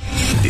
The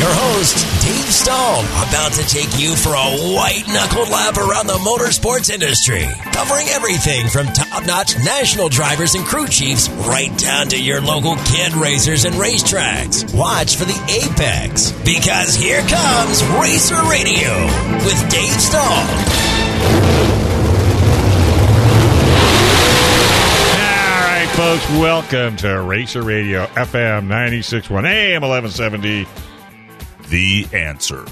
Your host, Dave Stahl, about to take you for a white knuckled lap around the motorsports industry, covering everything from top notch national drivers and crew chiefs right down to your local kid racers and racetracks. Watch for the Apex, because here comes Racer Radio with Dave Stahl. All right, folks, welcome to Racer Radio FM 961 AM 1170. The answer.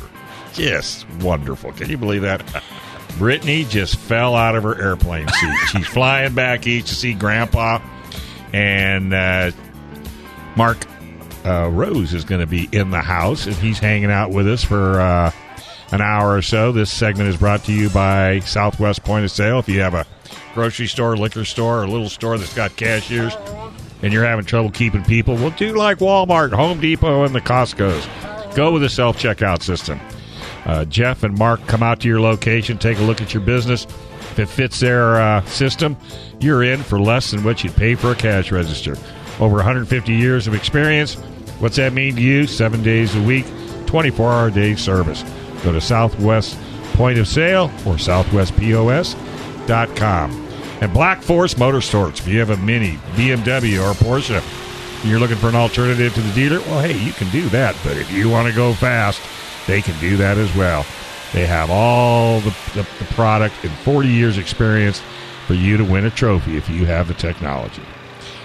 Yes, wonderful. Can you believe that? Brittany just fell out of her airplane seat. She's flying back east to see Grandpa. And uh, Mark uh, Rose is going to be in the house, and he's hanging out with us for uh, an hour or so. This segment is brought to you by Southwest Point of Sale. If you have a grocery store, liquor store, or little store that's got cashiers, and you're having trouble keeping people, well, do like Walmart, Home Depot, and the Costco's. Go with a self checkout system. Uh, Jeff and Mark come out to your location, take a look at your business. If it fits their uh, system, you're in for less than what you'd pay for a cash register. Over 150 years of experience. What's that mean to you? Seven days a week, 24 hour day service. Go to Southwest Point of Sale or SouthwestPOS.com. And Black Force Motorsports. If you have a Mini, BMW, or Porsche, and you're looking for an alternative to the dealer, well, hey, you can do that. But if you want to go fast, they can do that as well. They have all the, the, the product and 40 years experience for you to win a trophy if you have the technology.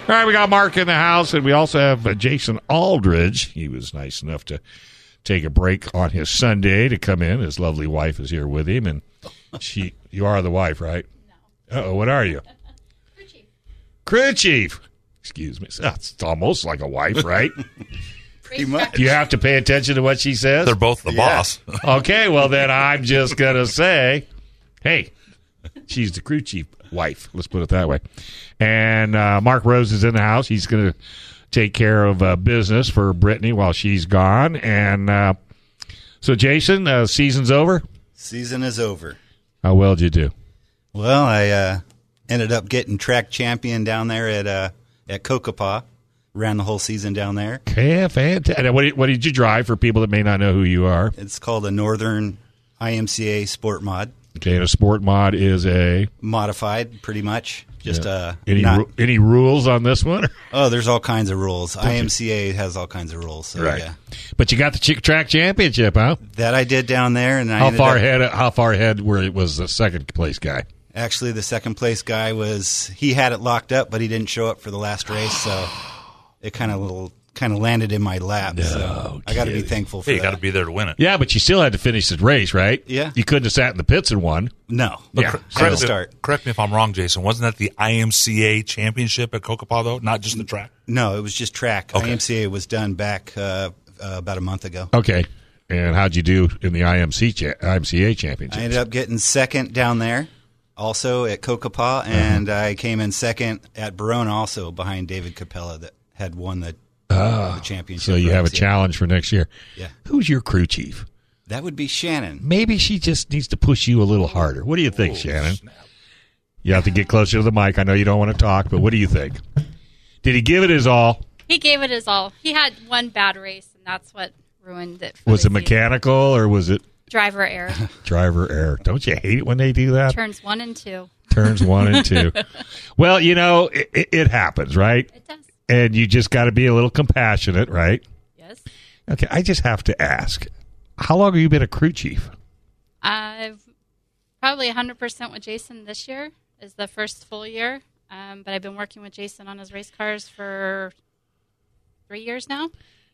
All right, we got Mark in the house, and we also have uh, Jason Aldridge. He was nice enough to take a break on his Sunday to come in. His lovely wife is here with him, and she, you are the wife, right? No. Oh, what are you? Crew chief. Excuse me. That's almost like a wife, right? Pretty much. you have to pay attention to what she says. They're both the boss. Okay, well then I'm just gonna say, hey, she's the crew chief wife. Let's put it that way. And uh, Mark Rose is in the house. He's gonna take care of uh, business for Brittany while she's gone. And uh, so, Jason, uh, season's over. Season is over. How well did you do? Well, I uh, ended up getting track champion down there at uh, at Kokopah. Ran the whole season down there. Yeah, fantastic. What did, what did you drive for people that may not know who you are? It's called a Northern IMCA Sport Mod, Okay, and a sport mod is a modified pretty much. Just uh, any not- ru- any rules on this one? oh, there's all kinds of rules. IMCA has all kinds of rules. So, Right. Yeah, but you got the chick track championship, huh? that I did down there, and I How ended far up- ahead? How far ahead? Where it was the second place guy? Actually, the second place guy was he had it locked up, but he didn't show up for the last race, so it kind of little kind of landed in my lap. so I got to be kidding. thankful for Hey, you that. got to be there to win it. Yeah, but you still had to finish the race, right? Yeah. you couldn't have sat in the pits and won. no, Yeah. Had to Correct, start. Me, correct me if I'm wrong, Jason. Wasn't that the IMCA championship at Kokopah, though? Not just the track? No, it was just track. IMCA was done back uh, uh, about a month ago. Okay, and how'd you do in the IMC cha- IMCA championship? I ended up getting second down there, also at Kokopah, Mm-hmm. and I came in second at Barona, also behind David Capella that had won the, the championship. Ah. so you have a race. Yeah. challenge for next year. Yeah. Who's your crew chief? That would be Shannon. Maybe she just needs to push you a little harder. What do you Oh, think, Shannon? You have to get closer to the mic. I know you don't want to talk, but what do you think? Did he give it his all? He gave it his all. He had one bad race, and that's what ruined it. For Was the it season. mechanical or was it driver error? driver error? Don't you hate it when they do that? Turns one and two. Turns one and two. Well, you know, it, it, it happens, right? It does. And you just got to be a little compassionate, right? Yes. Okay, I just have to ask how long have you been a crew chief? I've probably 100% with Jason this year is the first full year, um, but I've been working with Jason on his race cars for three years now,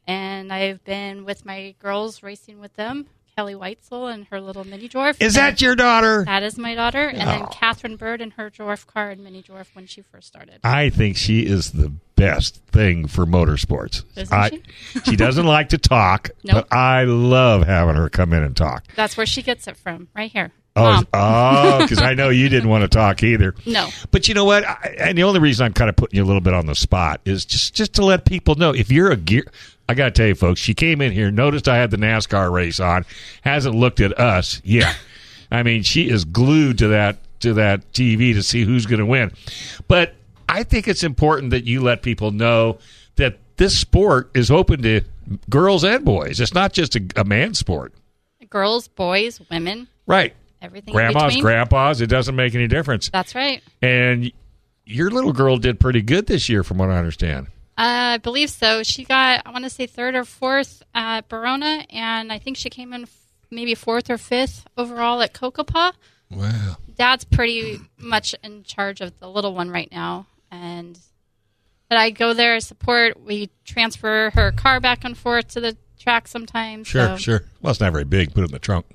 and I've been with my girls racing with them. Kelly Weitzel and her little mini dwarf. Is that your Oh. daughter? That is my daughter, and then Catherine Bird and her dwarf car and mini dwarf when she first started. I think she is the best thing for motorsports. Isn't I- she? she doesn't like to talk, Nope. but I love having her come in and talk. That's where she gets it from, right here. Oh, Mom. because I know you didn't want to talk either. No. But you know what? I, and the only reason I'm kind of putting you a little bit on the spot is just just to let people know if you're a gear. I got to tell you, folks, she came in here, noticed I had the NASCAR race on, hasn't looked at us. Yeah, I mean, she is glued to that to that TV to see who's going to win. But I think it's important that you let people know that this sport is open to girls and boys. It's not just a, a man sport, Girls, boys, women, right? everything. in Grandmas, between. grandpas, it doesn't make any difference. That's right. And your little girl did pretty good this year, from what I understand. Uh, I believe so. She got, I want to say, third or fourth at Barona, and I think she came in f- maybe fourth or fifth overall at Kokopah. Wow. Dad's pretty much in charge of the little one right now, and but I go there support. We transfer her car back and forth to the track sometimes. so sure. Well, it's not very big. Put it in the trunk.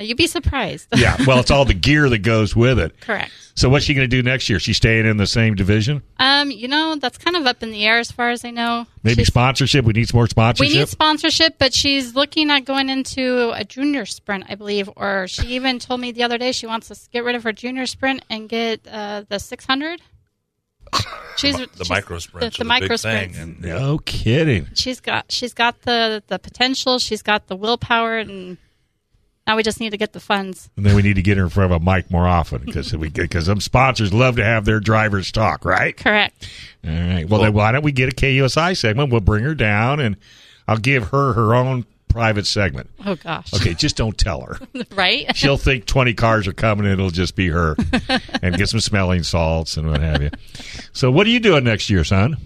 You'd be surprised. Yeah. Well, it's all the gear that goes with it. Correct. So, what's she going to do next year? She's staying in the same division? Um, you know, that's kind of up in the air as far as I know. Maybe She's- sponsorship. We need some more sponsorship. We need sponsorship, but she's looking at going into a junior sprint, I believe. Or she even told me the other day she wants to get rid of her junior sprint and get uh, the 600. She's The she's- micro sprints The, are the the micro big thing. sprints. And no kidding. She's got she's got the the potential. She's got the willpower, and now we just need to get the funds. And then we need to get her in front of a mic more often because we because some sponsors love to have their drivers talk, right? Correct. All right. Well, then why don't we get a KUSI segment? We'll bring her down, and I'll give her her own private segment. Oh gosh. Okay, just don't tell her. right. She'll think 20 cars are coming. and It'll just be her and get some smelling salts and what have you. So, what are you doing next year, son?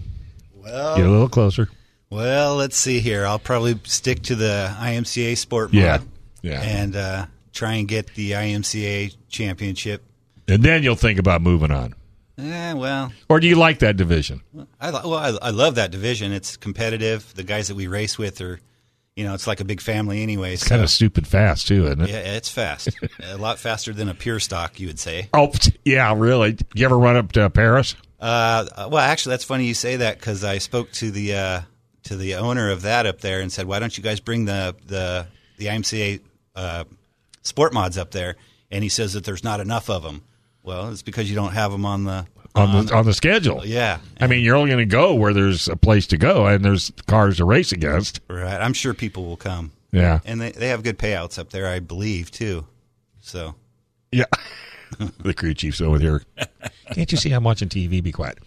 Well, Get a little closer. well, let's see here. I'll probably stick to the IMCA sport mod Yeah. Yeah. and And, uh, try and get the IMCA championship. then you'll think about moving on. Eh, well, Or do you like that division? I lo- well, I, I love that division. It's competitive. The guys that we race with are, you know, it's like a big family anyway. Kind of stupid fast, too, isn't it? yeah, it's fast. a lot faster than a pure stock, you would say. Oh, pfft, yeah, really. You ever run up to Paris? Uh, uh, well, actually, that's funny you say that because I spoke to the uh, to the owner of that up there and said, "Why don't you guys bring the the the IMCA uh, sport mods up there?" And he says that there's not enough of them. Well, it's because you don't have them on the On the, on the schedule. Uh, yeah. I mean, you're only going to go where there's a place to go and there's cars to race against. Right. I'm sure people will come. Yeah. And they, they have good payouts up there, I believe, too. So Yeah. the crew chief's over here. Can't you see I'm watching TV? Be quiet.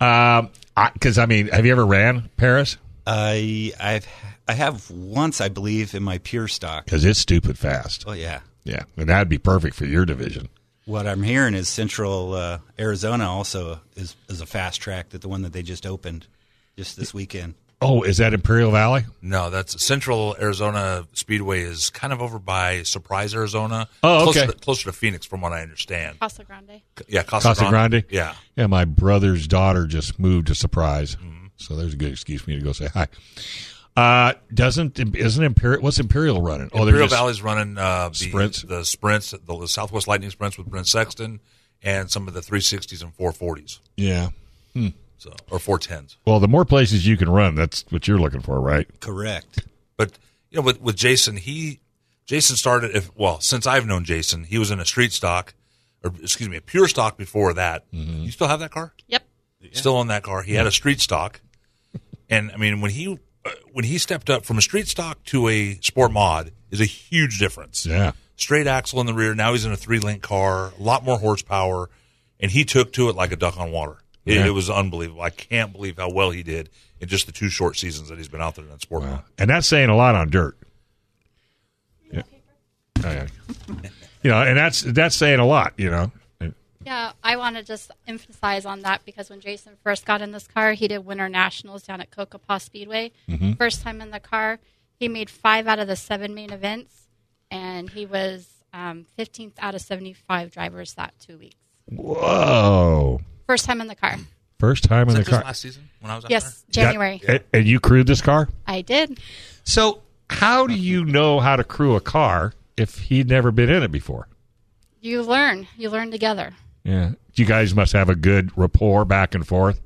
Um, I because I, mean, have you ever ran Paris? I I've I have once, I believe, in my pure stock. Because it's stupid fast. Oh yeah. Yeah, and that'd be perfect for your division. What I'm hearing is Central uh, Arizona also is is a fast track that the one that they just opened just this weekend. Oh, is that Imperial Valley? no, that's Central Arizona Speedway is kind of over by Surprise, Arizona. Oh, Closer okay. Uh, to, closer to Phoenix, from what I understand. Casa Grande. Yeah, Casa, Casa Grande. Grande. Yeah. yeah. My brother's daughter just moved to Surprise, Mm-hmm. so there's a good excuse for me to go say hi. Uh, doesn't isn't Imperial? What's Imperial running? Oh, they're Imperial just- Valley's running uh, the Sprints? the sprints, the Southwest Lightning sprints with Brent Sexton, and some of the 360s and 440s, Yeah. so or 410s. Well, the more places you can run, that's what you're looking for, right? Correct. But you know, with with Jason, he Jason started if well since I've known Jason, he was in a street stock, or excuse me, a pure stock before that. Mm-hmm. You still have that car? Yep. Still own that car? He had a street stock, and I mean when he uh, when he stepped up from a street stock to a sport mod is a huge difference. Yeah. straight axle in the rear. Now he's in a three link car, a lot more horsepower, and he took to it like a duck on water. It, Yeah. it was unbelievable. I can't believe how well he did in just the two short seasons that he's been out there in that sport. Wow. And that's saying a lot on dirt. Yeah. Oh, yeah. you know, and that's that's saying a lot, you know. Yeah, I want to just emphasize on that because when Jason first got in this car, he did Winter Nationals down at Kokopah Speedway. Mm-hmm. First time in the car, he made five out of the seven main events, and he was um, 15th out of 75 drivers that two weeks. Whoa. First time in the car. First time in that just the car. last season when I was out Yes, there? Uh-huh. Got- January. and, and you crewed this car? I did. So, how do you know how to crew a car if he'd never been in it before? You learn. You learn together Yeah. You guys must have a good rapport back and forth.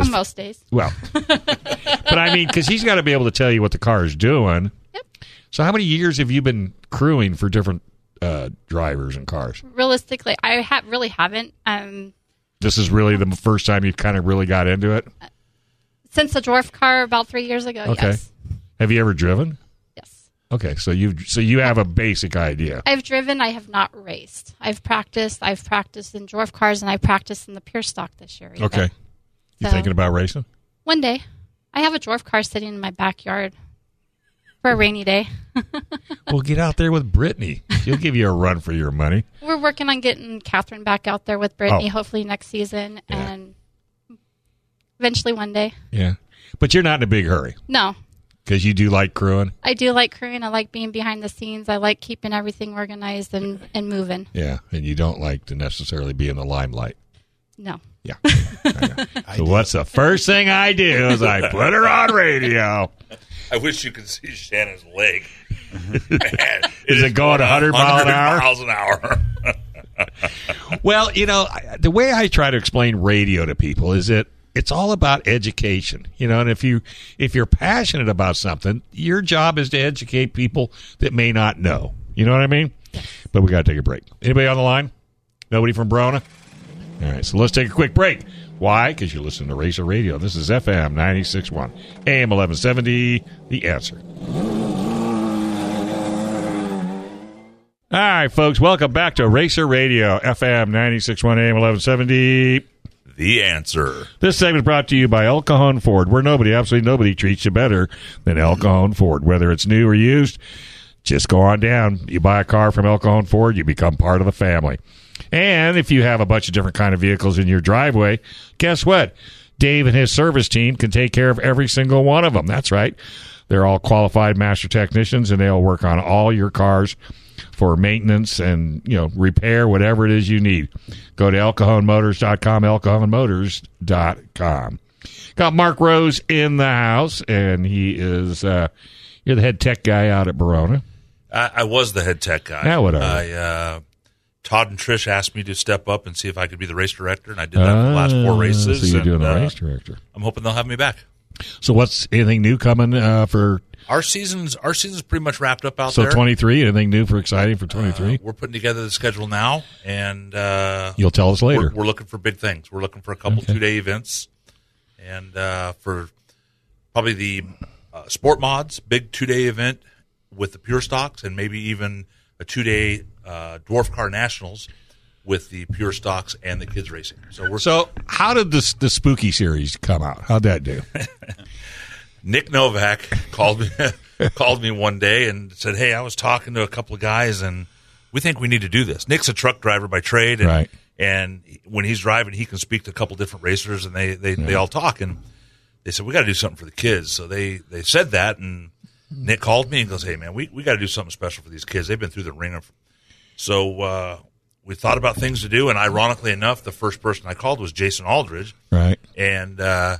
on most days. Well, but I mean, because he's got to be able to tell you what the car is doing. Yep. So, how many years have you been crewing for different uh, drivers and cars? Realistically, I ha- really haven't. Um, This is really the first time you've kind of really got into it. since the dwarf car about three years ago, Okay. yes. Have you ever driven? Yes. Okay, so you so you have a basic idea. I've driven, I have not raced. I've practiced. I've practiced in dwarf cars and I practiced in the pure stock this year. even. Okay. You So- thinking about racing? One day, I have a dwarf car sitting in my backyard for a rainy day. Well, get out there with Brittany. She'll give you a run for your money. We're working on getting Catherine back out there with Brittany, Oh. hopefully next season, Yeah. and eventually one day. Yeah, but you're not in a big hurry No, because you do like crewing. I do like crewing. I like being behind the scenes. I like keeping everything organized and, and moving. Yeah, and you don't like to necessarily be in the limelight. No. Yeah. so what's the first thing I do is I put her on radio. I wish you could see Shannon's leg. Man, Is it going 100 mile an hour? Miles an hour. Well, you know, I- the way I try to explain radio to people is that it's all about education, you know, and if you if you're passionate about something, your job is to educate people that may not know. You know what I mean? But we got to take a break. Anybody on the line? Nobody from Brona? All right, so let's take a quick break. Why? Because you listen to Racer Radio. This is FM 96.1, AM 1170, The Answer. All right, folks, welcome back to Racer Radio, FM 96.1, AM 1170. the answer. This segment is brought to you by El Cajon Ford, where nobody, absolutely nobody, treats you better than El Cajon Ford. Whether it's new or used, just go on down. You buy a car from El Cajon Ford, you become part of the family. And if you have a bunch of different kind of vehicles in your driveway, guess what? Dave and his service team can take care of every single one of them. That's right. They're all qualified master technicians, and they'll work on all your cars for maintenance and you know repair whatever it is you need go to elcajonmotors.com elcajonmotors.com got mark rose in the house and he is uh you're the head tech guy out at Barona. I, I was the head tech guy. Now what are I, uh, Todd and Trish asked me to step up and see if I could be the race director, and I did that for the last four Ah, races. So you're doing and, a uh, race director. I'm hoping they'll have me back. So what's anything new coming uh, for Our season's our season's pretty much wrapped up out so there. 23? Anything new for exciting for 23? We're putting together the schedule now, and uh, You'll tell us later. We're, we're looking for big things. We're looking for a couple two day events, and uh, for probably the uh, sport mods big two day event with the pure stocks, and maybe even a two day uh, dwarf car nationals with the pure stocks and the kids racing. So we're so how did this the spooky series come out? How'd that do? Nick Novak called me called me one day and said, "Hey, I was talking to a couple of guys and we think we need to do this." Nick's a truck driver by trade, and, Right. and when he's driving, he can speak to a couple different racers, and they they, they all talk and they said, "We got to do something for the kids." So they they said that, and Nick called me and goes, "Hey, man, we we got to do something special for these kids. They've been through the ringer." So uh, we thought about things to do, and ironically enough, the first person I called was Jason Aldridge. right. And uh,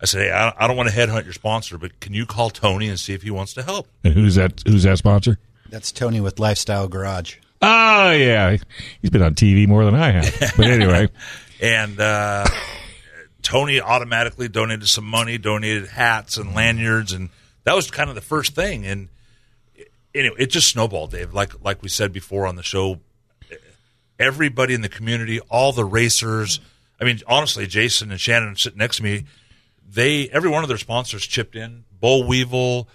I said, hey, I, I don't want to headhunt your sponsor, but can you call Tony and see if he wants to help? And who's that who's that sponsor? That's Tony with Lifestyle Garage. Oh yeah, he's been on TV more than I have. But anyway, And uh, Tony automatically donated some money, donated hats and lanyards, and that was kind of the first thing. And anyway, it just snowballed, Dave. Like like we said before on the show, everybody in the community, all the racers. I mean, honestly, Jason and Shannon sitting next to me, they every one of their sponsors chipped in. Bull Weevil,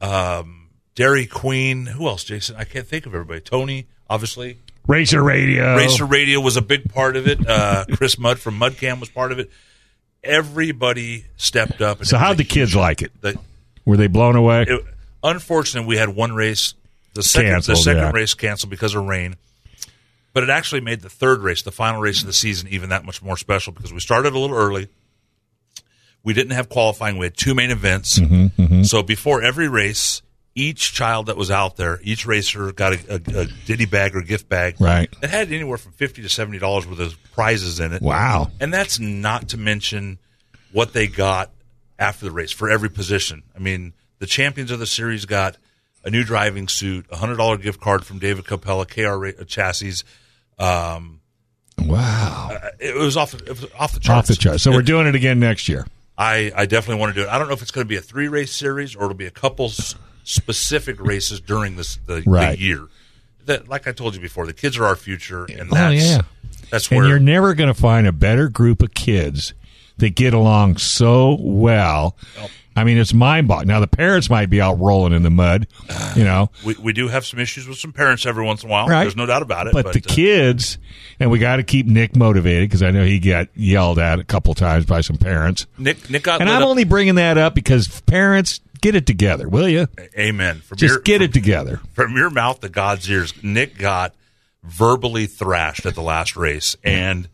um, Dairy Queen, who else? Jason, I can't think of everybody. Tony, obviously. Racer Radio. Racer Radio was a big part of it. Uh, Chris Mudd from Mudcam was part of it. Everybody stepped up. and So it was how'd a the kids like it? huge- the- Were they blown away? it, unfortunately, we had one race, the second Canceled, the second yeah. race canceled because of rain. But it actually made the third race, the final race of the season, even that much more special because we started a little early. Mm-hmm, We didn't have qualifying. We had two main events. So before every race, each child that was out there, each racer got a, a, a ditty bag or gift bag, Right. That had anywhere from fifty to seventy dollars worth of prizes in it. Wow. And that's not to mention what they got after the race for every position. I mean, the champions of the series got a new driving suit, a hundred dollar gift card from David Capella, KR ra- chassis. Um, Wow. it was off. It was off the Off charts. the chart. So we're doing it again next year. I, I definitely want to do it. I don't know if it's going to be a three race series or it'll be a couple s- specific races during this the, Right. the year. That, like I told you before, the kids are our future, and Oh, that's yeah. that's And where you're never going to find a better group of kids that get along so well. I mean, it's mind boggling. Now, the parents might be out rolling in the mud, you know, we, we do have some issues with some parents every once in a while. Right. There's no doubt about it. but, the uh, kids, and we got to keep Nick motivated because I know he got yelled at a couple times by some parents. Nick Nick got And lit I'm up- only bringing that up because parents, get it together, will you? amen. From Just your, get from, it together. from your mouth to God's ears. Nick got verbally thrashed at the last race, and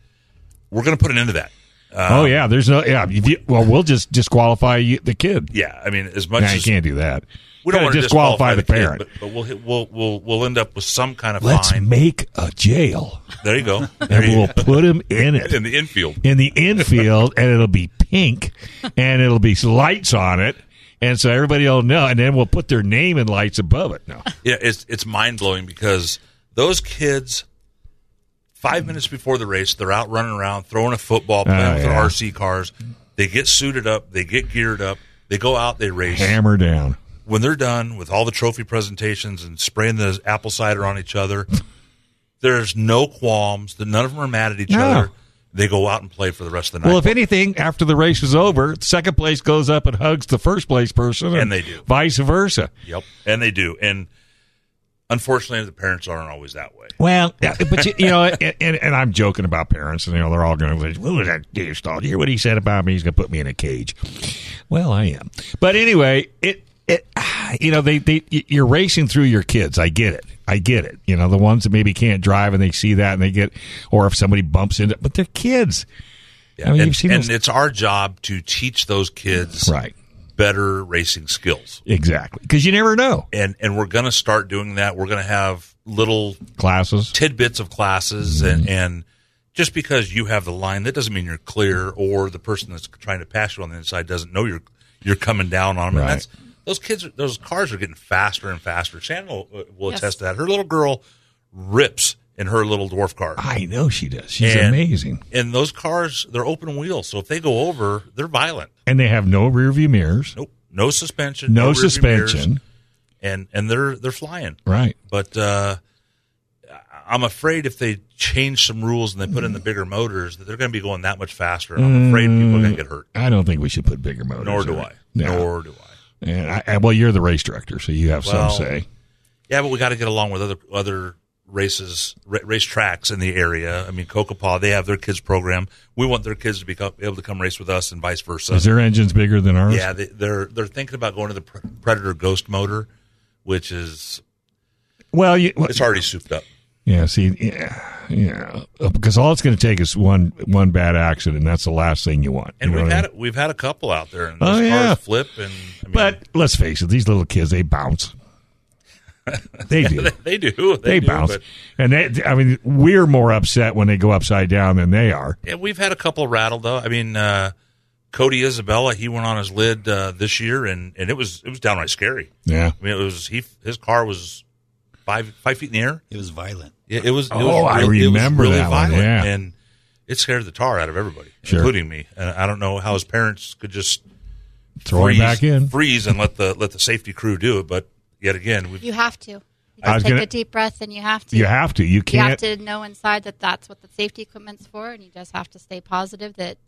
we're going to put an end to that. oh, yeah. There's no, yeah. If you, well, we'll just disqualify you, the kid. Yeah, I mean, as much Now, you as can't do that. we don't Gotta want to disqualify the parent. kid, but, but we'll, hit- we'll we'll we'll end up with some kind of Let's fine. make a jail. There you go. There and you we'll put him in in it the infield. in the infield, and it'll be pink, and it'll be lights on it, and so everybody will know. And then we'll put their name and lights above it. No, Yeah, it's it's mind blowing because those kids, five minutes before the race, they're out running around, throwing a football, playing Oh, with yeah. their RC cars. They get suited up, they get geared up, they go out, they race. hammer down. When they're done with all the trophy presentations and spraying the apple cider on each other, there's no qualms. The- None of them are mad at each No. other. They go out and play for the rest of the night. Well, if anything, after the race is over, second place goes up and hugs the first place person, And they do. vice versa. Yep, and they do. And unfortunately, the parents aren't always that way. Well, yeah, but you, you know, and, and, and I'm joking about parents, and you know they're all going to what was that douche dog here? What he said about me? He's going to put me in a cage. Well, I am, but anyway, it it ah, you know they they y- you're racing through your kids. I get it, I get it. You know the ones that maybe can't drive and they see that and they get, or if somebody bumps into, but they're kids, I mean, and, you've seen and those- it's our job to teach those kids right? better racing skills. Exactly, because you never know And and we're going to start doing that. We're going to have little classes. tidbits of classes Mm-hmm. and and just because you have the line that doesn't mean you're clear or the person that's trying to pass you on the inside doesn't know you're you're coming down on them. And Right. that's those kids are- those cars are getting faster and faster. Shannon will, uh, will Yes. attest to that. Her little girl rips in her little dwarf car. I know she does. Ah, She's And- amazing, And those cars, they're open wheel, so if they go over, they're violent. and they have no rear view mirrors, Nope, no suspension, no, rear view mirrors, suspension, and and they're they're flying. right? But uh, I- I'm afraid if they change some rules and they put in the bigger motors, that they're going to be going that much faster. And I'm afraid people are going to get hurt. I don't think we should put bigger motors. Nor in do it. I. No. Nor do I. And I, I- well, you're the race director, so you have Well, some say. Yeah, but we got to get along with other other races, ra- race tracks in the area. I mean, Cocopa, they have their kids program. We want their kids to become able to come race with us, and vice versa. Is their engines bigger than ours? yeah, they, they're they're thinking about going to the Pre- Predator Ghost motor, which is Well, you, it's already souped up. yeah. See, yeah, yeah, because all it's going to take is one one bad accident. and That's the last thing you want. And You know we've what I had mean? a we've had a couple out there, and Oh, those yeah. cars flip. And I mean, But let's face it, these little kids they bounce. They do. they, they do, they, They, do, bounce, but- and they, I mean, we're more upset when they go upside down than they are. yeah, we've had a couple rattled though. I mean, uh, Cody Isabella, he went on his lid uh, this year, and, and it was it was downright scary. Yeah. I mean, it was he his car was five five feet in the air. It was violent. It, it was. It Oh, was I real- it was remember really that one, violent, yeah. and it scared the tar out of everybody, Sure. including me. And I don't know how his parents could just Throw him freeze, back in. freeze, and let the let the safety crew do it. But yet again, we You have to. You I was just take gonna- a deep breath and you have to. You have to. You You have can't. to know inside that that's what the safety equipment's for, and you just have to stay positive that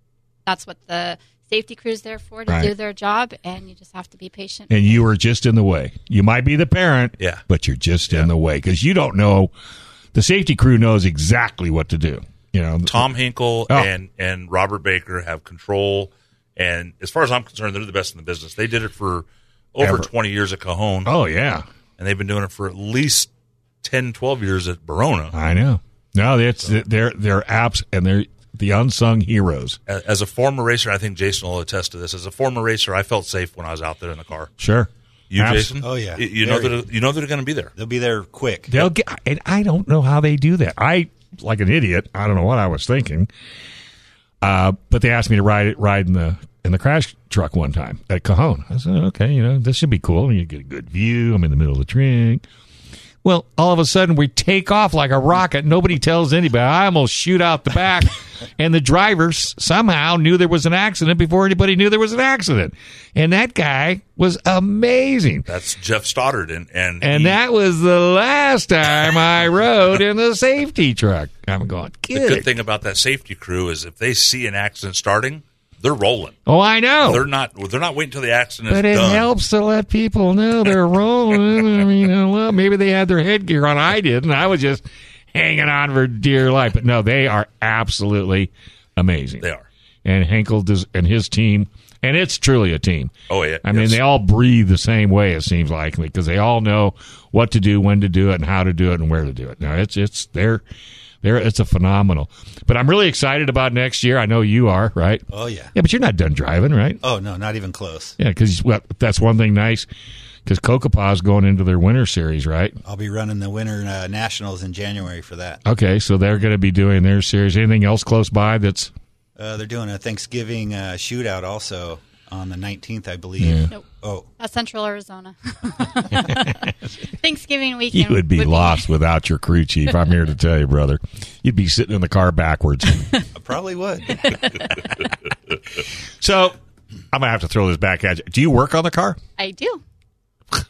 that's what the safety crew's there for to Right. do their job, and you just have to be patient. and you are just in the way. You might be the parent, Yeah. but you're just in the way because you don't know. The safety crew knows exactly what to do. You know, Tom Hinkle Oh. and and Robert Baker have control. And as far as I'm concerned, they're the best in the business. They did it for over Ever. 20 years at Cajon, Oh yeah, and they've been doing it for at least 10, 12 years at Barona. I know. No, that's they're they're apps and they're the unsung heroes. A- As a former racer, I think Jason will attest to this. As a former racer, I felt safe when I was out there in the car. Sure. You, Abs- Jason? Oh, yeah. You- You know Very. that you know they're going to be there. They'll be there quick. They'll get, and I don't know how they do that. I like an idiot. I don't know what I was thinking. Uh, but they asked me to ride it, ride in the in the crash truck one time at Cajon. I said, okay, you know, this should be cool. You get a good view. I'm in the middle of the drink. Well, all of a sudden we take off like a rocket. Nobody tells anybody. I almost shoot out the back, and the drivers somehow knew there was an accident before anybody knew there was an accident. And that guy was amazing. That's Jeff Stoddard, and and, And he- that was the last time I rode in the safety truck. I'm going, the good. good thing about that safety crew is if they see an accident starting, they're rolling. Oh, I They're know. not they're not waiting until the accident But is it done. helps to let people know they're rolling. I mean, uh, well, maybe they had their headgear on. I didn't. I was just hanging on for dear life. But no, they are absolutely amazing. They are. And Henkel does, and his team, and it's truly a team. Oh, yeah, I mean, it's- they all breathe the same way. It seems like because they all know what to do, when to do it, and how to do it, and where to do it. Now it's it's they're they're it's a phenomenal. But I'm really excited about next year. I know you are, right? Oh, yeah. Yeah, but you're not done driving, right? Oh, no, not even close. Yeah, because well, that's one thing nice because Kokopa's going into their winter series, right? I'll be running the Winter uh, Nationals in January for that. Okay, so they're going to be doing their series. Anything else close by that's Uh, they're doing a Thanksgiving uh, shootout also on the 19th, I believe. Nope. Oh, Uh, Central Arizona. Thanksgiving You weekend. would be lost without your crew chief. I'm here to tell you, brother. You'd be sitting in the car backwards. I probably would. so I'm gonna have to throw this back at you. Do you work on the car? I do.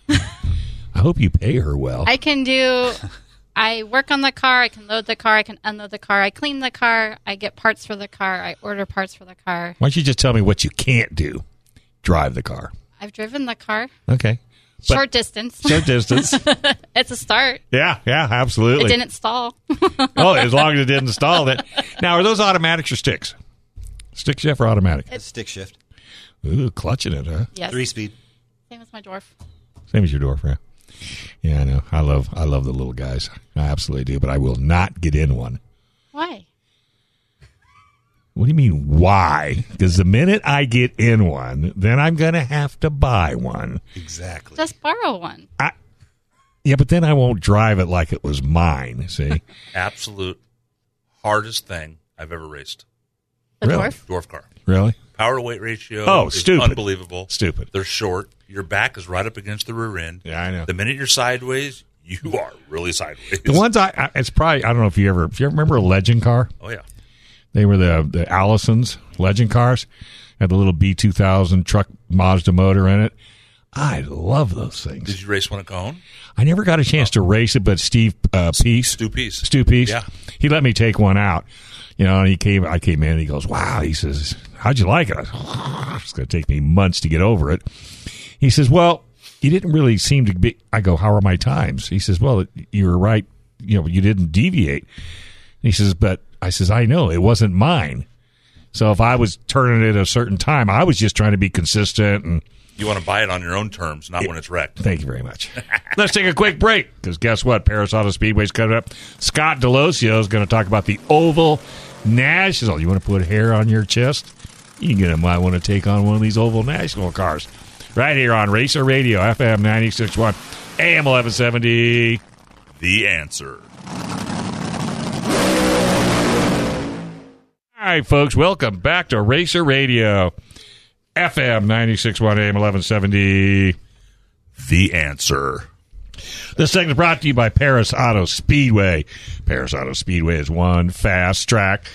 I hope you pay her well. I can do. I work on the car. I can load the car. I can unload the car. I clean the car. I get parts for the car. I order parts for the car. Why don't you just tell me what you can't do? Drive the car. I've driven the car Okay. But- short distance. Short distance. it's a start. yeah, yeah, absolutely. It didn't stall. oh, as long as it didn't stall that. Now, are those automatics or sticks? Stick shift or automatic? Stick shift, Ooh, clutching it, huh? yes. three speed. Same as my dwarf. Same as your dwarf, yeah. Yeah, I know. I love, I love the little guys. I absolutely do. But I will not get in one. Why? What do you mean, why? Because the minute I get in one, then I'm going to have to buy one. Exactly. Just borrow one. Yeah, but then I won't drive it like it was mine. See? Absolute hardest thing I've ever raced. The Really? dwarf. Dwarf car. really? Power to weight ratio. Oh, is stupid. Unbelievable. Stupid. They're short. Your back is right up against the rear end. Yeah, I know. The minute you're sideways, you are really sideways. The ones I, I, it's probably, I don't know if you ever, if you remember a legend car? Oh yeah. They were the the Allison's legend cars. Had the little B two thousand truck Mazda motor in it. I love those Did things. you race one at Cajon? I never got a chance to race it, but Steve uh, Peace, Stu Peace. Stu Peace, Yeah. he let me take one out. You know, and he came. I came in. and He goes, "Wow!" He says, "How'd you like it?" I said, It's going to take me months to get over it. He says, "Well, you didn't really seem to be." I go, "How are my times?" He says, "Well, you were right. You know, you didn't deviate." He says, "But I says I know it wasn't mine. So if I was turning it at a certain time, I was just trying to be consistent." And You want to buy it on your own terms, not when it's wrecked. thank you very much. Let's take a quick break because guess what? Paris Auto Speedway's coming up. Scott Delosio is going to talk about the Oval National. You want to put hair on your chest? You gonna might want to take on one of these Oval National cars. Right here on Racer Radio, FM 96.1, AM 1170. The answer. All right, folks, welcome back to Racer Radio, FM 96.1 AM 1170. The answer. This segment is brought to you by Paris Auto Speedway. Paris Auto Speedway is one fast track.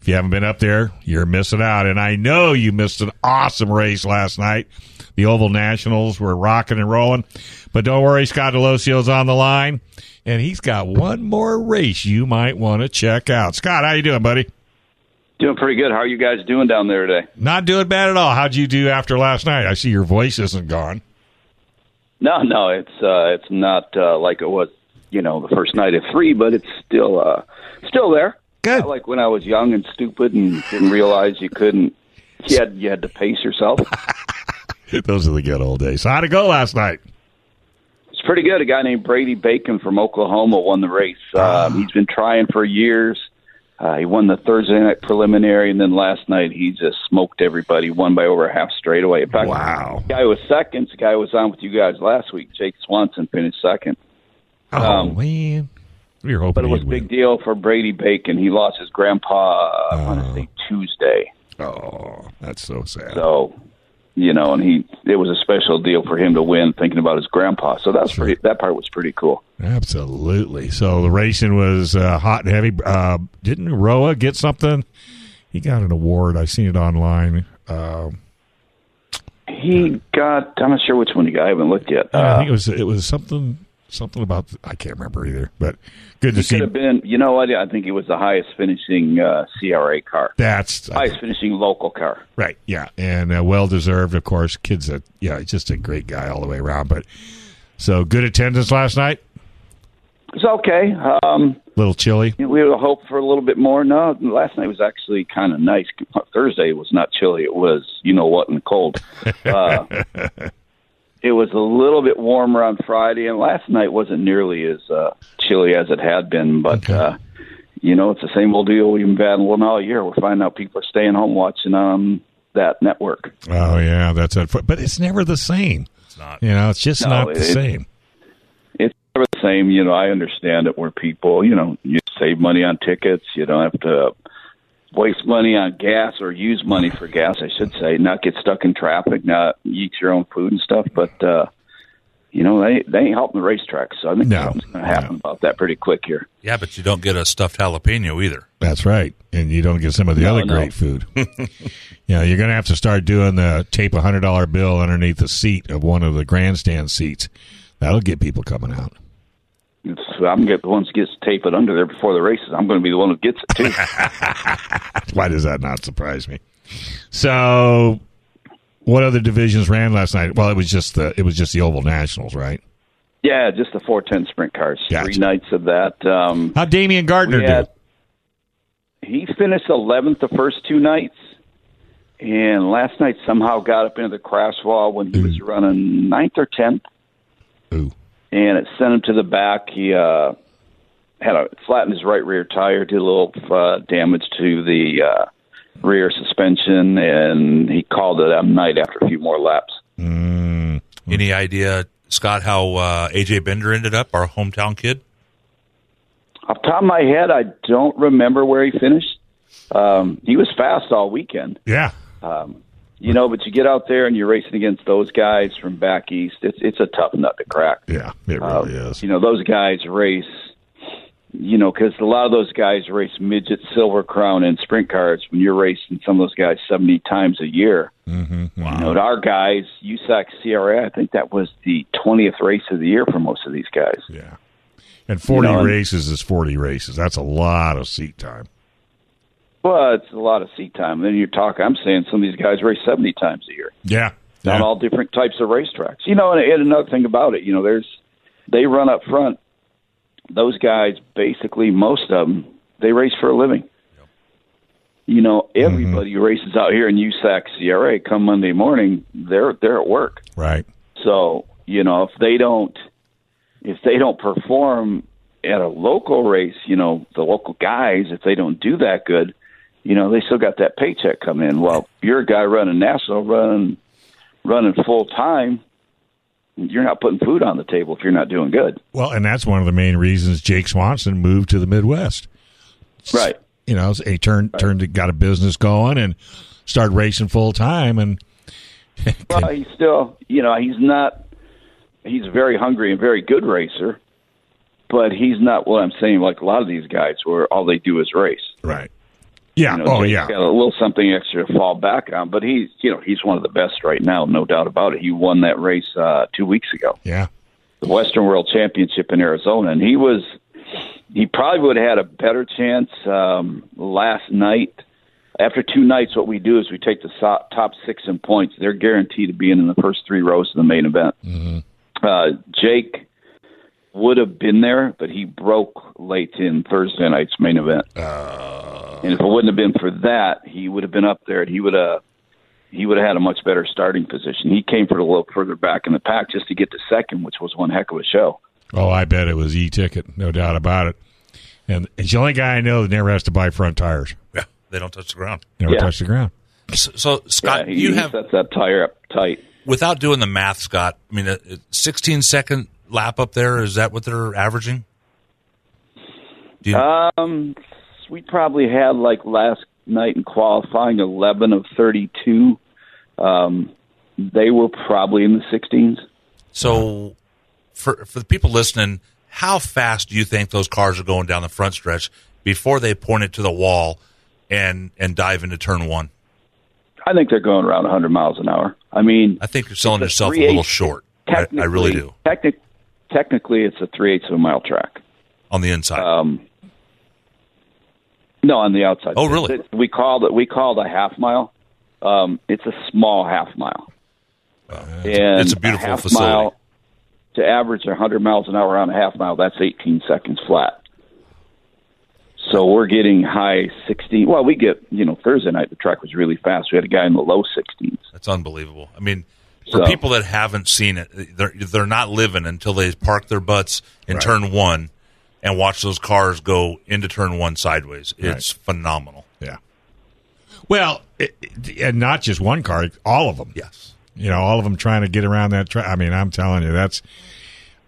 If you haven't been up there, you're missing out. And I know you missed an awesome race last night. The Oval Nationals were rocking and rolling. But don't worry, Scott Delosio's on the line, and he's got one more race you might want to check out. Scott, how you doing, buddy? Doing pretty good. How are you guys doing down there today? Not doing bad at all. How'd you do after last night? I see your voice isn't gone. No, no, it's uh, it's not uh, like it was, you know, the first night of three, but it's still uh, still there. Good. Not like when I was young and stupid and didn't realize you couldn't. You had you had to pace yourself. Those are the good old days. So how'd it go last night? It's pretty Ah. good. A guy named Brady Bacon from Oklahoma won the race. Um, he's been trying for years. Uh, he won the Thursday night preliminary, and then last night he just smoked everybody, won by over half straightaway. In fact, Wow. the guy was second. The guy was on with you guys last week. Jake Swanson finished second. Oh, Um, man. We were hoping But it was a he'd big win. deal for Brady Bacon. He lost his grandpa, uh, I want to say Tuesday. Oh, that's so sad. So, you know, and he it was a special deal for him to win, thinking about his grandpa. So that's pretty. That part was pretty cool. Absolutely. So the racing was uh, hot and heavy. Uh, didn't Roa get something? He got an award. I seen it online. Uh, He got. I'm not sure which one he got. I haven't looked yet. I Uh, think it was it was something something about I can't remember either. But good to It could see. have been, you know what? I think it was the highest finishing uh, CRA car, That's uh, highest finishing local car. Right. Yeah, and uh, well deserved, of course. Kids, a, yeah, he's just a great guy all the way around. But so good attendance last night. It's okay. Um, Little chilly. you know, we would hope for a little bit more. No, last night was actually kind of nice. Thursday was not chilly. It was, you know what, and cold. Uh, it was a little bit warmer on Friday, and last night wasn't nearly as uh, chilly as it had been. But uh, you know, it's the same old deal we've been battling all year. We're finding out people are staying home watching um, that network. Oh yeah, that's it. But it's never the same. It's not. You know, it's just No, not the it- same. it's never the same. You know, I understand it where people, you know, you save money on tickets. You don't have to waste money on gas or use money for gas, I should say, not get stuck in traffic, not eat your own food and stuff. But, uh, you know, they, they ain't helping the racetrack. So I think something's going to happen about that pretty quick here. Yeah, but you don't get a stuffed jalapeno either. That's right. And you don't get some of the No, other no. great food. you know, you're going to have to start doing the tape a hundred dollar bill underneath the seat of one of the grandstand seats. That'll get people coming out. It's, I'm gonna get the ones gets tape it under there before the races. I'm going to be the one who gets it too. Why does that not surprise me? So, what other divisions ran last night? Well, it was just the it was just the Oval Nationals, right? yeah, just the 410 sprint cars. Three nights of that. Um, How Damian Gardner We do? had- He finished 11th the first two nights, and last night somehow got up into the crash wall when he was running ninth or 10th. And it sent him to the back. He uh, had a flattened his right rear tire, did a little uh, damage to the uh, rear suspension, and he called it a night after a few more laps. Hmm. Any idea, Scott, how uh, AJ Bender ended up? Our hometown kid. Off the top of my head, I don't remember where he finished. Um, he was fast all weekend. Yeah. Um, you know, but you get out there and you're racing against those guys from back east. It's it's a tough nut to crack. Yeah, it really is. You know, those guys race. You know, because a lot of those guys race midget, silver crown, and sprint cars. When you're racing some of those guys seventy times a year, Mm-hmm. you know, to our guys, USAC CRA, I think that was the twentieth race of the year for most of these guys. Yeah, And forty You know, and- races is forty races. That's a lot of seat time. Well, it's a lot of seat time. Then you're talking. I'm saying some of these guys race seventy times a year. Yeah. on all different types of racetracks. You know, and, and another thing about it, you know, there's they run up front. Those guys, basically, most of them, they race for a living. You know, everybody who races out here in USAC CRA come Monday morning. They're they're at work. Right. So you know, if they don't if they don't perform at a local race, you know, the local guys, if they don't do that good, you know, they still got that paycheck coming in. Well, you're a guy running national, running running full time. You're not putting food on the table if you're not doing good. Well, and that's one of the main reasons Jake Swanson moved to the Midwest. Right. You know, he turned turned got a business going and started racing full time. And Well, he's still, you know, he's not. He's very hungry and very good racer, but he's not what I'm saying. Like a lot of these guys, where all they do is race. Right. yeah, You know, oh Jake's yeah, got a little something extra to fall back on. But he's, you know, he's one of the best right now, no doubt about it. He won that race uh, two weeks ago, yeah. the Western World Championship in Arizona, and he was, he probably would have had a better chance um, last night. After two nights, what we do is we take the so- top six in points. They're guaranteed to be in, in the first three rows of the main event. Uh, Jake would have been there, but he broke late in Thursday night's main event. and if it wouldn't have been for that, he would have been up there, and he would have he would have had a much better starting position. He came for a little further back in the pack just to get to second, which was one heck of a show. Oh, I bet it was e ticket, no doubt about it. And he's the only guy I know that never has to buy front tires. Yeah, they don't touch the ground. Never Yeah. touch the ground. So, so Scott, he, you he have sets that tire up tight. without doing the math, Scott. I mean, a a 16 second lap up there is that what they're averaging? Do you, Um, we probably had like last night in qualifying eleven of thirty-two. Um, they were probably in the sixteens. so, for for the people listening, how fast do you think those cars are going down the front stretch before they point it to the wall and and dive into turn one? I think they're going around 100 miles an hour. I mean, I think you're selling It's a yourself a 3/8. little short. I, I really do Technic- technically, it's a three eighths of a mile track. on the inside. Um, no, on the outside. Oh, really? It- we called it. We called a half mile. Um, it's a small half mile. and it's a beautiful half facility. Mile, to average 100 miles an hour on a half mile, that's 18 seconds flat. So we're getting high 16. Well, we get you know Thursday night the track was really fast. We had a guy in the low 16s. That's unbelievable. I mean, for So- people that haven't seen it, they're they're not living until they park their butts in turn one and watch those cars go into turn one sideways. It's phenomenal. Yeah. Well, it, it- and not just one car, all of them. Yes. You know, all of them trying to get around that track. I mean, I'm telling you, that's.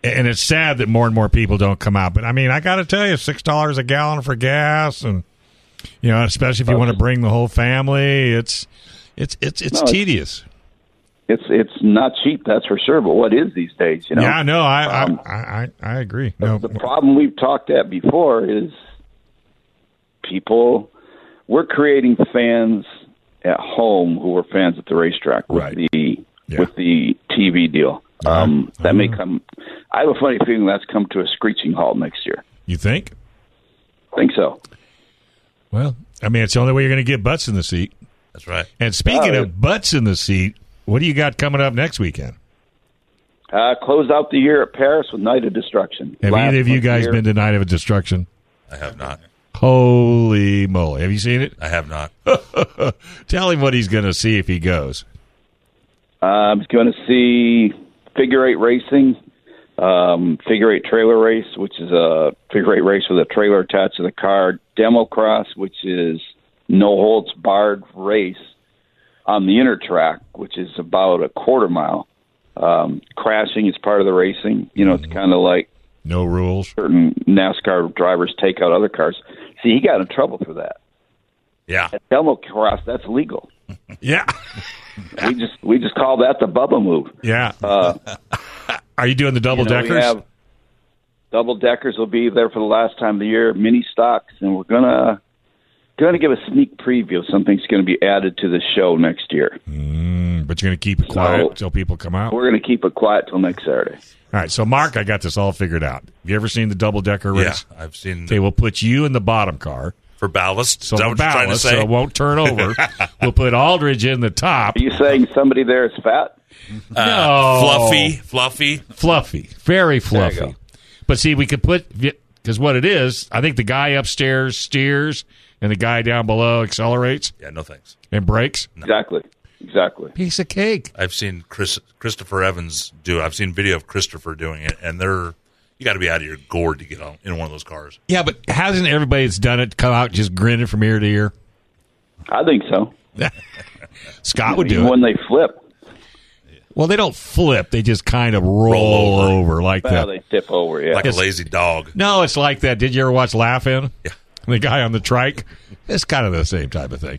And it's sad that more and more people don't come out. But I mean, I got to tell you, six dollars a gallon for gas, and you know, especially if you want to bring the whole family, it's it's it's it's No, it's- tedious. It's it's not cheap, that's for sure. But what is these days? You know, yeah, no, I Um, I, I I I agree. No, the problem we've talked at before is people we're creating fans at home who are fans at the racetrack with Right. the Yeah. with the TV deal. Um, Yeah. Mm-hmm. that may Yeah. come. I have a funny feeling that's come to a screeching halt next year. you think? I think so. Well, I mean, it's the only way you're going to get butts in the seat. That's right. And speaking Oh, of butts in the seat, what do you got coming up next weekend? Uh, closed out the year at Paris with Night of Destruction. Have Last either of you month guys year. been to Night of Destruction? I have not. Holy moly. Have you seen it? I have not. Tell him what he's going to see if he goes. I'm going to see figure eight racing, um, figure eight trailer race, which is a figure eight race with a trailer attached to the car, demo cross, which is no holds barred race on the inner track, which is about a quarter mile. Um, crashing is part of the racing. You know, it's kind of like No rules. certain NASCAR drivers take out other cars. See, he got in trouble for that. Yeah. At demo cross, that's legal. Yeah. We just we just call that the Bubba move. Yeah. Uh, Are you doing the double You know, we deckers? have double deckers will be there for the last time of the year. Mini stocks, and we're gonna gonna give a sneak preview of something that's gonna be added to the show next year. Mm, but you're going to keep it quiet No. until people come out. All We're gonna keep it quiet till next Saturday. right. So, Mark, I got this all figured out. Have you ever seen the double decker Yeah. race? I've seen They will put you in the bottom car. for ballast. So is that the what you're trying to ballast, say? so it won't turn over. we'll put Aldridge in the top. Are you saying somebody there is fat? no. Uh, Fluffy, fluffy. fluffy, very you fluffy. go. But see, we could put because what it is, I think the guy upstairs steers and the guy down below accelerates Yeah, no thanks. and brakes. Exactly, exactly. Piece of cake. I've seen Chris Christopher Evans do. it. I've seen video of Christopher doing it, and they're you got to be out of your gourd to get on in one of those cars. Yeah, but hasn't everybody that's done it come out just grinning from ear to ear? I think so. Scott would Even do it. when they flip, Well, they don't flip; they just kind of roll, Roll over. over. like that. well, they tip over. Yeah, Like a lazy dog. No, it's like that. Did you ever watch Laughing? Yeah. The guy on the trike. It's kind of the same type of thing.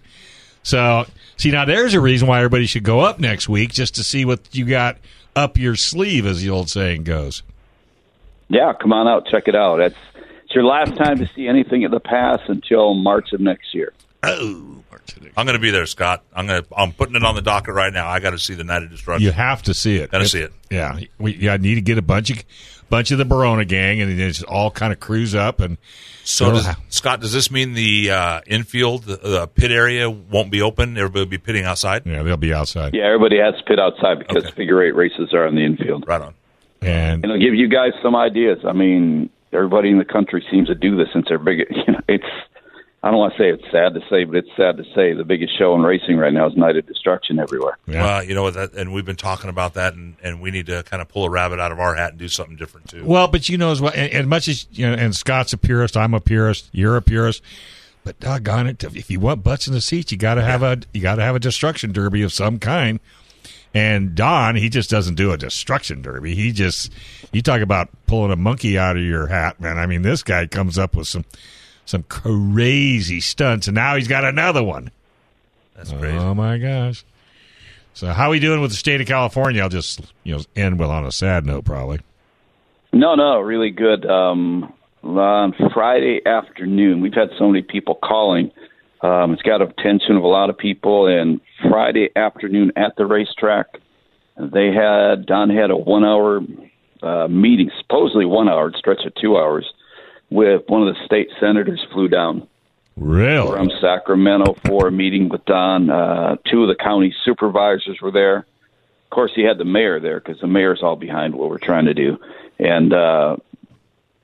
So, see, now there's a reason why everybody should go up next week just to see what you got up your sleeve, as the old saying goes. yeah. Come on out, check it out. That's it's your last time to see anything at the pass until March of next year. Oh, I'm going to be there, Scott. I'm going to. I'm putting it on the docket right now. I got to see the Night of Destruction. you have to see it. Gotta If- see it. Yeah, we, yeah. I need to get a bunch of bunch of the Barona gang, and then just all kind of cruise up and So, does, Ugh. Scott, does this mean the uh, infield, the, the pit area, won't be open? Everybody will be pitting outside. yeah, they'll be outside. Yeah, everybody has to pit outside because Okay. figure eight races are on the infield. Right on. And and it'll give you guys some ideas. I mean, everybody in the country seems to do this since they're big. You know, it's I don't want to say it's sad to say, but it's sad to say the biggest show in racing right now is Night of Destruction everywhere. Well, you know what? That, and we've been talking about that, and, and we need to kind of pull a rabbit out of our hat and do something different too. Well, but you know as well, and, and much as you know, and Scott's a purist, I'm a purist, you're a purist. But doggone it, if you want butts in the seats, you got to have a you got to have a destruction derby of some kind. And Don, he just doesn't do a destruction derby. He just you talk about pulling a monkey out of your hat, man. I mean, this guy comes up with some some crazy stunts, and now he's got another one. That's crazy. Oh my gosh! So how we doing with the state of California? I'll just you know end with on a sad note, probably. No, no, really good. Um, on Friday afternoon, we've had so many people calling. Um, it's got attention of a lot of people. And Friday afternoon at the racetrack, they had Don had a one-hour uh, meeting, supposedly one-hour stretch of two hours, with one of the state senators flew down Really? from Sacramento for a meeting with Don. Uh, two of the county supervisors were there. Of course, he had the mayor there because the mayor's all behind what we're trying to do. And uh,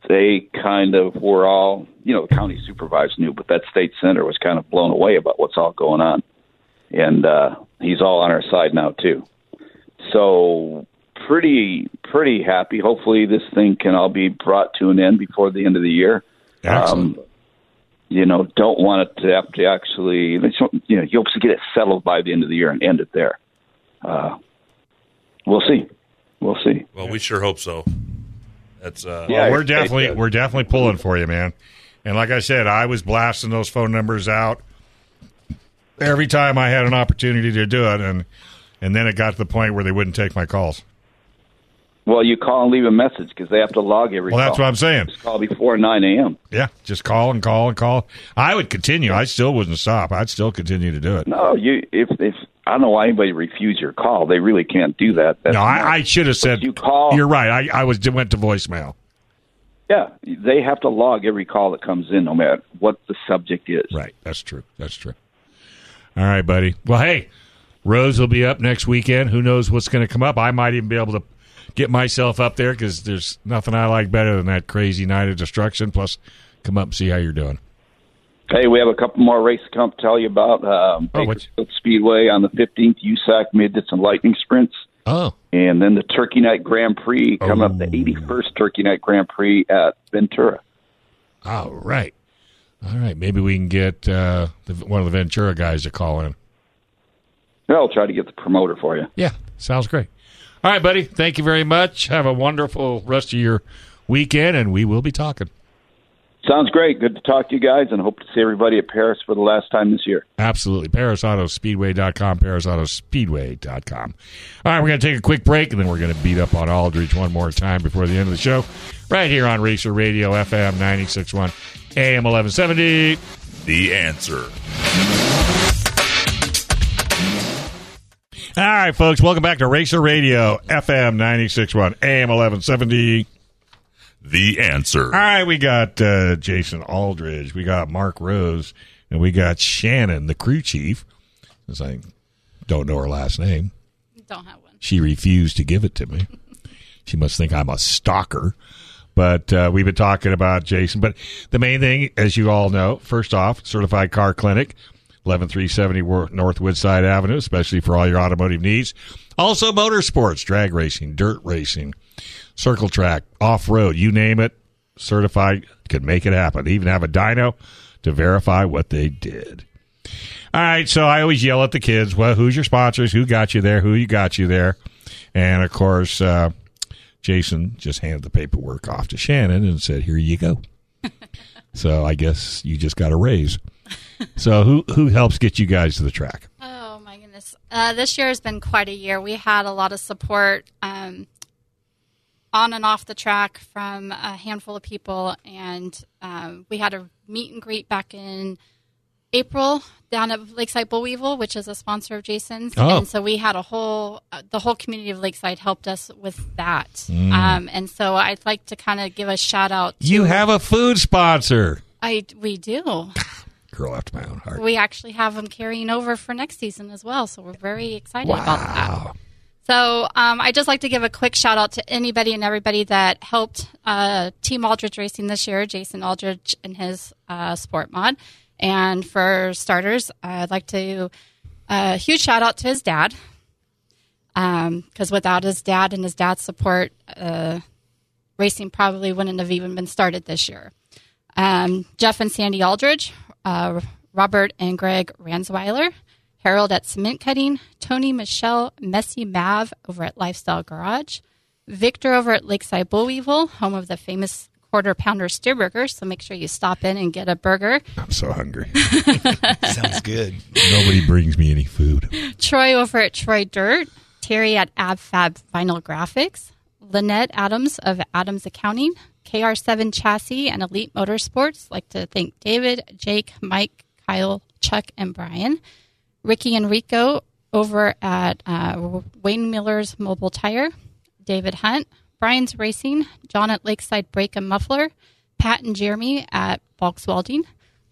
they kind of were all, you know, the county supervisors knew, but that state senator was kind of blown away about what's all going on. And uh, he's all on our side now, too. So pretty, pretty happy. Hopefully, this thing can all be brought to an end before the end of the year Um, Excellent. you know, don't want it to have to actually, they just want- you know, you hope to get it settled by the end of the year and end it there. Uh, we'll see. We'll see. Well, we sure hope so. That's uh, Yeah, we're it's- definitely it's, uh, we're definitely pulling for you, man. And like I said, I was blasting those phone numbers out every time I had an opportunity to do it, and and then it got to the point where they wouldn't take my calls. Well, you call and leave a message because they have to log every Well, that's call. what I'm saying. Just call before 9 a.m. Yeah, just call and call and call. I would continue. I still wouldn't stop. I'd still continue to do it. No, you, if, if, I don't know why anybody refused your call. They really can't do that. That's No, not- I, I should have said. you call- You're right. I, I was went to voicemail. yeah, they have to log every call that comes in, no matter what the subject is. Right. That's true. That's true. All right, buddy. Well, hey, Rose will be up next weekend. Who knows what's going to come up? I might even be able to get myself up there because there's nothing I like better than that crazy night of destruction. Plus, come up and see how you're doing. Hey, we have a couple more races to come tell you about. Um, Oh, what's- Bakersfield Speedway on the 15th, USAC mid did some lightning sprints. Oh, And then the Turkey Night Grand Prix coming up, the 81st Turkey Night Grand Prix at Ventura. all right. All right. Maybe we can get uh, the, one of the Ventura guys to call in. I'll try to get the promoter for you. Yeah, sounds great. All right, buddy. Thank you very much. Have a wonderful rest of your weekend, and we will be talking. Sounds great. Good to talk to you guys, and hope to see everybody at Paris for the last time this year. Absolutely. ParisAutoSpeedway.com, ParisAutoSpeedway.com. All right, we're going to take a quick break, and then we're going to beat up on Aldridge one more time before the end of the show, right here on Racer Radio, FM 96.1, AM 1170. The answer. All right, folks, welcome back to Racer Radio, FM 96.1, AM 1170. The answer. All right, we got uh, Jason Aldridge, we got Mark Rose, and we got Shannon, the crew chief. As I don't know her last name. Don't have one. She refused to give it to me. She must think I'm a stalker. But uh, we've been talking about Jason. But the main thing, as you all know, first off, Certified Car Clinic, 11370 Wor- North Woodside Avenue, especially for all your automotive needs. Also, motorsports, drag racing, dirt racing, circle track, off road, you name it. Certified could make it happen. They even have a dyno to verify what they did. All right, so I always yell at the kids, well, who's your sponsors? Who got you there? Who you got you there? And of course, uh, Jason just handed the paperwork off to Shannon and said, "Here you go." so I guess you just got a raise. So who who helps get you guys to the track? Oh my goodness! Uh, this year has been quite a year. We had a lot of support um, on and off the track from a handful of people, and um, we had a meet and greet back in April down at Lakeside Bullweevil, which is a sponsor of Jason's, Oh. and so we had a whole uh, the whole community of Lakeside helped us with that. Mm. Um, and so I'd like to kind of give a shout out. To, You have a food sponsor, I we do. girl after my own heart. We actually have them carrying over for next season as well, so we're very excited about that. So um, I just like to give a quick shout out to anybody and everybody that helped uh, Team Aldridge Racing this year, Jason Aldridge and his uh, sport mod, And for starters, I'd like to uh, huge shout out to his dad, because without his dad and his dad's support, uh, racing probably wouldn't have even been started this year. Um, Jeff and Sandy Aldridge, uh, Robert and Greg Ransweiler, Harold at Cement Cutting, Tony, Michelle, Messy Mav over at Lifestyle Garage, Victor over at Lakeside Bullweevil, home of the famous quarter pounder steer burger. So make sure you stop in and get a burger. I'm so hungry. Sounds good. Nobody brings me any food. Troy over at Troy Dirt, Terry at AbFab Vinyl Graphics, Lynette Adams of Adams Accounting, KR7 Chassis, and Elite Motorsports. Like to thank David, Jake, Mike, Kyle, Chuck, and Brian. Ricky and Rico over at uh, Wayne Miller's Mobile Tire, David Hunt, Brian's Racing, John at Lakeside Brake and Muffler, Pat and Jeremy at Box Welding,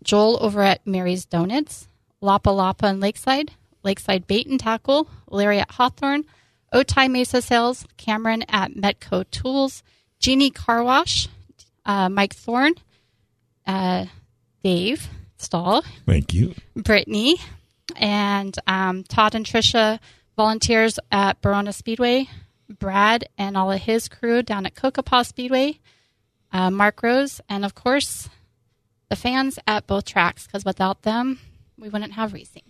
Joel over at Mary's Donuts, Lapa Lapa and Lakeside, Lakeside Bait and Tackle, Larry at Hawthorne, Otai Mesa Sales, Cameron at Metco Tools, Jeannie Car Wash, uh, Mike Thorne, uh, Dave Stahl, Thank you. Brittany, and um, Todd and Trisha volunteers at Barona Speedway, Brad and all of his crew down at Kokopaw Speedway, uh, Mark Rose, and of course the fans at both tracks because without them we wouldn't have racing.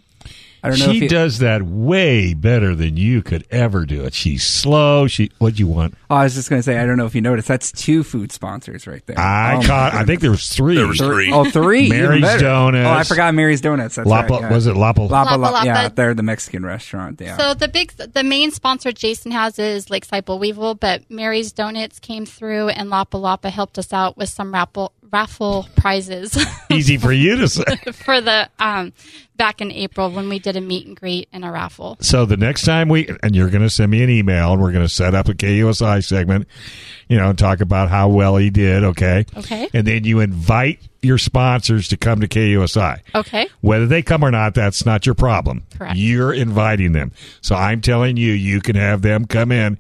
I don't know if She you, does that way better than you could ever do it. She's slow. She what do you want? Oh, I was just going to say, I don't know if you noticed, that's two food sponsors right there. I Oh, my caught. I goodness. think there was three. There was three. Oh, three. even Mary's better. Donuts. Oh, I forgot Mary's Donuts. That's Lapa- right, yeah. was it Lapa- Lapa, Lapa Lapa- Yeah, Lapa. they're the Mexican restaurant. Yeah. So the big, the main sponsor Jason has is Lakeside Bull Weevil, but Mary's Donuts came through and Lapa Lapa helped us out with some raffle raffle prizes Easy for you to say. for the um, back in April when we did a meet and greet and a raffle. So the next time we and you're going to send me an email and we're going to set up a KUSI segment, you know, and talk about how well he did. Okay. Okay. And then you invite your sponsors to come to KUSI. Okay, Whether they come or not, that's not your problem. Correct. You're inviting them. So I'm telling you, you can have them come in.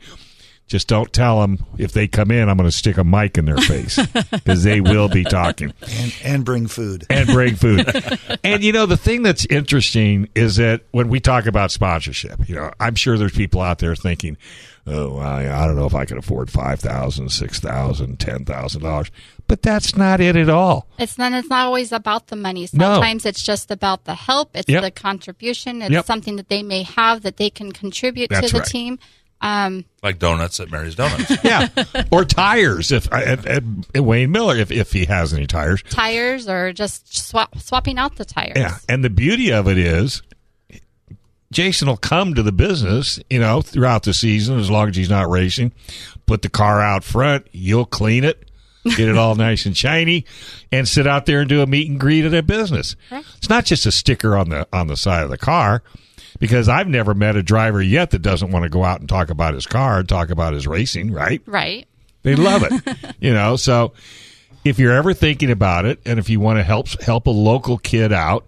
Just don't tell them if they come in, I'm going to stick a mic in their face because they will be talking And, and bring food. and bring food. and you know, the thing that's interesting is that when we talk about sponsorship, you know, I'm sure there's people out there thinking, "Oh, I, I don't know if I can afford five thousand, six thousand, ten thousand dollars," but that's not it at all. it's not it's not always about the money. No. Sometimes it's just about the help. It's Yep. the contribution. It's Yep. something that they may have that they can contribute That's to the right. team. Um, like donuts at Mary's Donuts. Yeah, or tires. If at, at, at Wayne Miller, if if he has any tires, tires or just swap, swapping out the tires. Yeah, and the beauty of it is, Jason will come to the business, you know, throughout the season as long as he's not racing. Put the car out front. You'll clean it, get it all nice and shiny, and sit out there and do a meet and greet at a business. It's not just a sticker on the on the side of the car. Because I've never met a driver yet that doesn't want to go out and talk about his car and talk about his racing, right? Right. They love it. you know, so if you're ever thinking about it and if you want to help help a local kid out,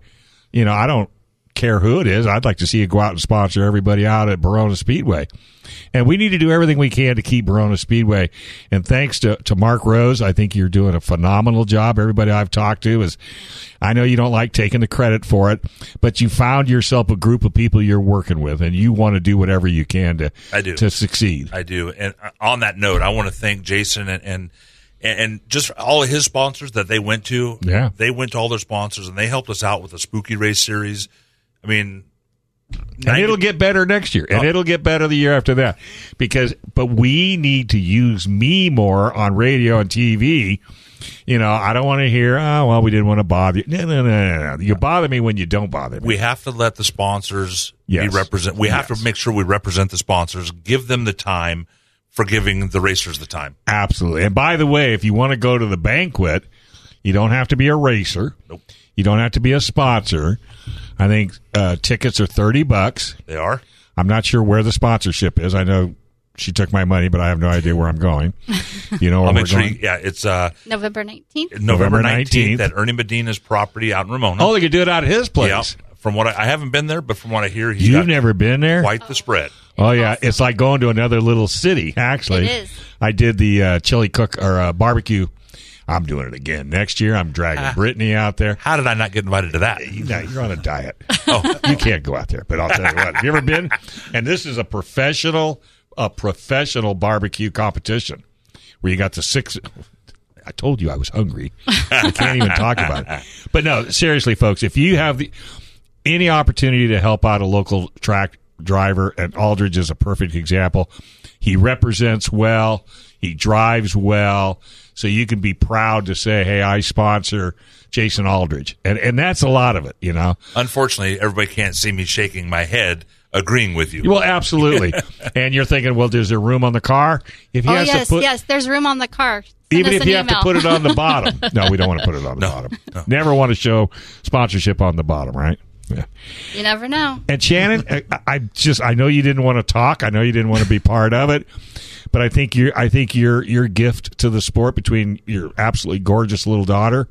you know, I don't care who it is. I'd like to see you go out and sponsor everybody out at Barona Speedway. And we need to do everything we can to keep Barona Speedway. And thanks to, to Mark Rose, I think you're doing a phenomenal job. Everybody I've talked to is, I know you don't like taking the credit for it, but you found yourself a group of people you're working with and you want to do whatever you can to, I do. to succeed. I do. And uh, on that note, I want to thank Jason and and, and just all of his sponsors that they went to. Yeah. they went to all their sponsors and they helped us out with the Spooky Race series. I mean, and 90 it'll get better next year Oh. and it'll get better the year after that because but we need to use me more on radio and tv you know i don't want to hear oh well we didn't want to bother you no no no no no you bother me when you don't bother me we have to let the sponsors Yes. be represent. We have Yes. to make sure we represent the sponsors, give them the time for giving the racers the time. absolutely and by the way if you want to go to the banquet you don't have to be a racer Nope. you don't have to be a sponsor i think uh, tickets are 30 bucks They are. I'm not sure where the sponsorship is. I know she took my money, but I have no idea where I'm going. You know where I'll we're make sure. going? You, yeah, it's uh, November 19th. November November 19th. nineteenth at Ernie Medina's property out in Ramona. Oh, they could do it out of his yeah. place. From what I, I haven't been there, but from what I hear, he's got You've never been there? quite the spread. oh yeah, it's like going to another little city. Actually, It is. I did the uh, chili cook or uh, barbecue I'm doing it again next year. I'm dragging Brittany out there. How did I not get invited to that? You know, you're on a diet. oh, you can't go out there. But I'll tell you what. Have you ever been? And this is a professional, a professional barbecue competition where you got the six. I told you I was hungry. I can't even talk about it. But no, seriously, folks, if you have the any opportunity to help out a local track driver, and Aldridge is a perfect example. He represents well. He drives well. So you can be proud to say, "Hey, I sponsor Jason Aldridge," and and that's a lot of it, you know. Unfortunately, everybody can't see me shaking my head, agreeing with you. Well, absolutely. and you're thinking, well, is there room on the car? If he Oh has yes, to put, yes. There's room on the car. Send even us if an you have to email. put it on the bottom. No, we don't want to put it on the bottom. Never want to show sponsorship on the bottom, right? Yeah. you never know. And Shannon, I, I just I know you didn't want to talk. I know you didn't want to be part of it, but I think your I think your your gift to the sport between your absolutely gorgeous little daughter.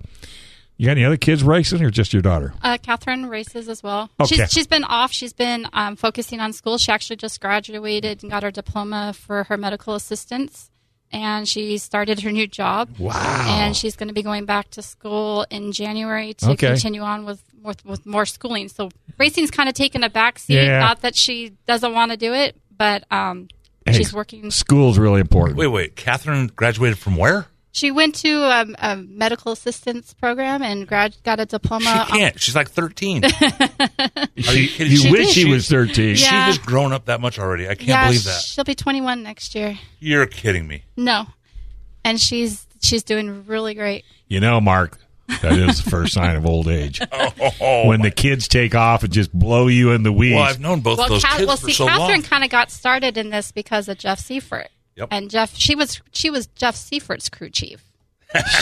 You got any other kids racing, or just your daughter? Uh, Catherine races as well. Okay. She's she's been off. She's been um, focusing on school. She actually just graduated and got her diploma for her medical assistance, and she started her new job. Wow! And she's going to be going back to school in January to Okay. continue on with more, with more schooling. So racing's kind of taken a backseat. Yeah. Not that she doesn't want to do it, but um, Hey, she's working. School's really important. Wait, wait. Catherine graduated from where? She went to um, a medical assistance program and grad- got a diploma. she can't. She's like 13. Are you kidding? you wish she was 13. She's Yeah. just grown up that much already. I can't yeah, believe that. she'll be 21 next year. You're kidding me. No, and she's she's doing really great. You know, Mark, that is the first sign of old age. when the kids take off and just blow you in the weeds. Oh Well, I've known both well, those Ca- kids well, for see, so Catherine long. kind of got started in this because of Jeff Seifert. Yep. And Jeff, she was she was Jeff Seifert's crew chief.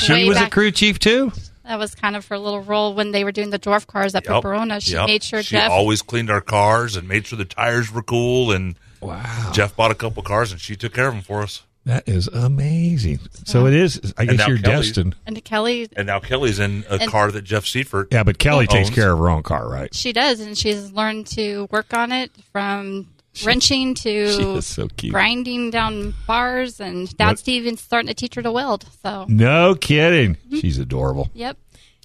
She Way was a back- crew chief too. That was kind of her little role when they were doing the dwarf cars up Yep, in Verona. She yep. made sure she Jeff. always cleaned our cars and made sure the tires were cool. And wow, Jeff bought a couple cars and she took care of them for us. That is amazing. So it is. I And guess now you're Kelly's- destined. and Kelly, And now Kelly's in a And- car that Jeff Seifert. Yeah, but Kelly takes owns. care of her own car, right? she does, and she's learned to work on it from wrenching to she is so cute. grinding down bars, and Dad's What- even starting to teach her to weld. So, No kidding. She's adorable. Oh. Mm-hmm. yep.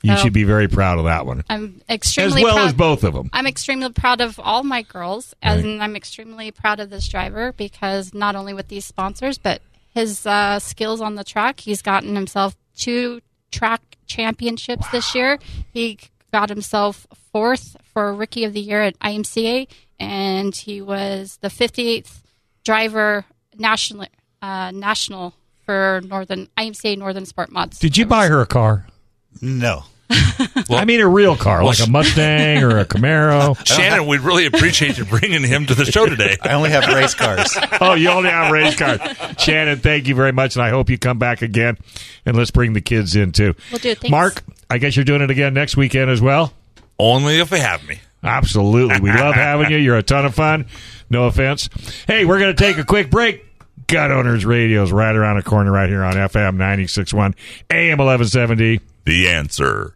You So- should be very proud of that one. I'm extremely well proud. as both of 'em. I'm extremely proud of all my girls, and I'm extremely proud of this driver because not only with these sponsors, but his uh, skills on the track. He's gotten himself two track championships this year. He got himself fourth for Rookie of the Year at IMCA, and he was the 58th driver national uh, national for Northern IMCA Northern Sport Mods. Did you buy her a car? No. I mean, a real car, Well, like a Mustang or a Camaro. Shannon, we'd really appreciate you bringing him to the show today. I only have race cars. oh, you only have race cars. Shannon, thank you very much, and I hope you come back again. And let's bring the kids in too. We'll do it. Thanks. Mark, I guess you're doing it again next weekend as well. Only if they have me. Absolutely. We love having you. You're a ton of fun. No offense. Hey, we're going to take a quick break. Gut Owners Radio is right around the corner right here on FM 961 AM 1170. The answer.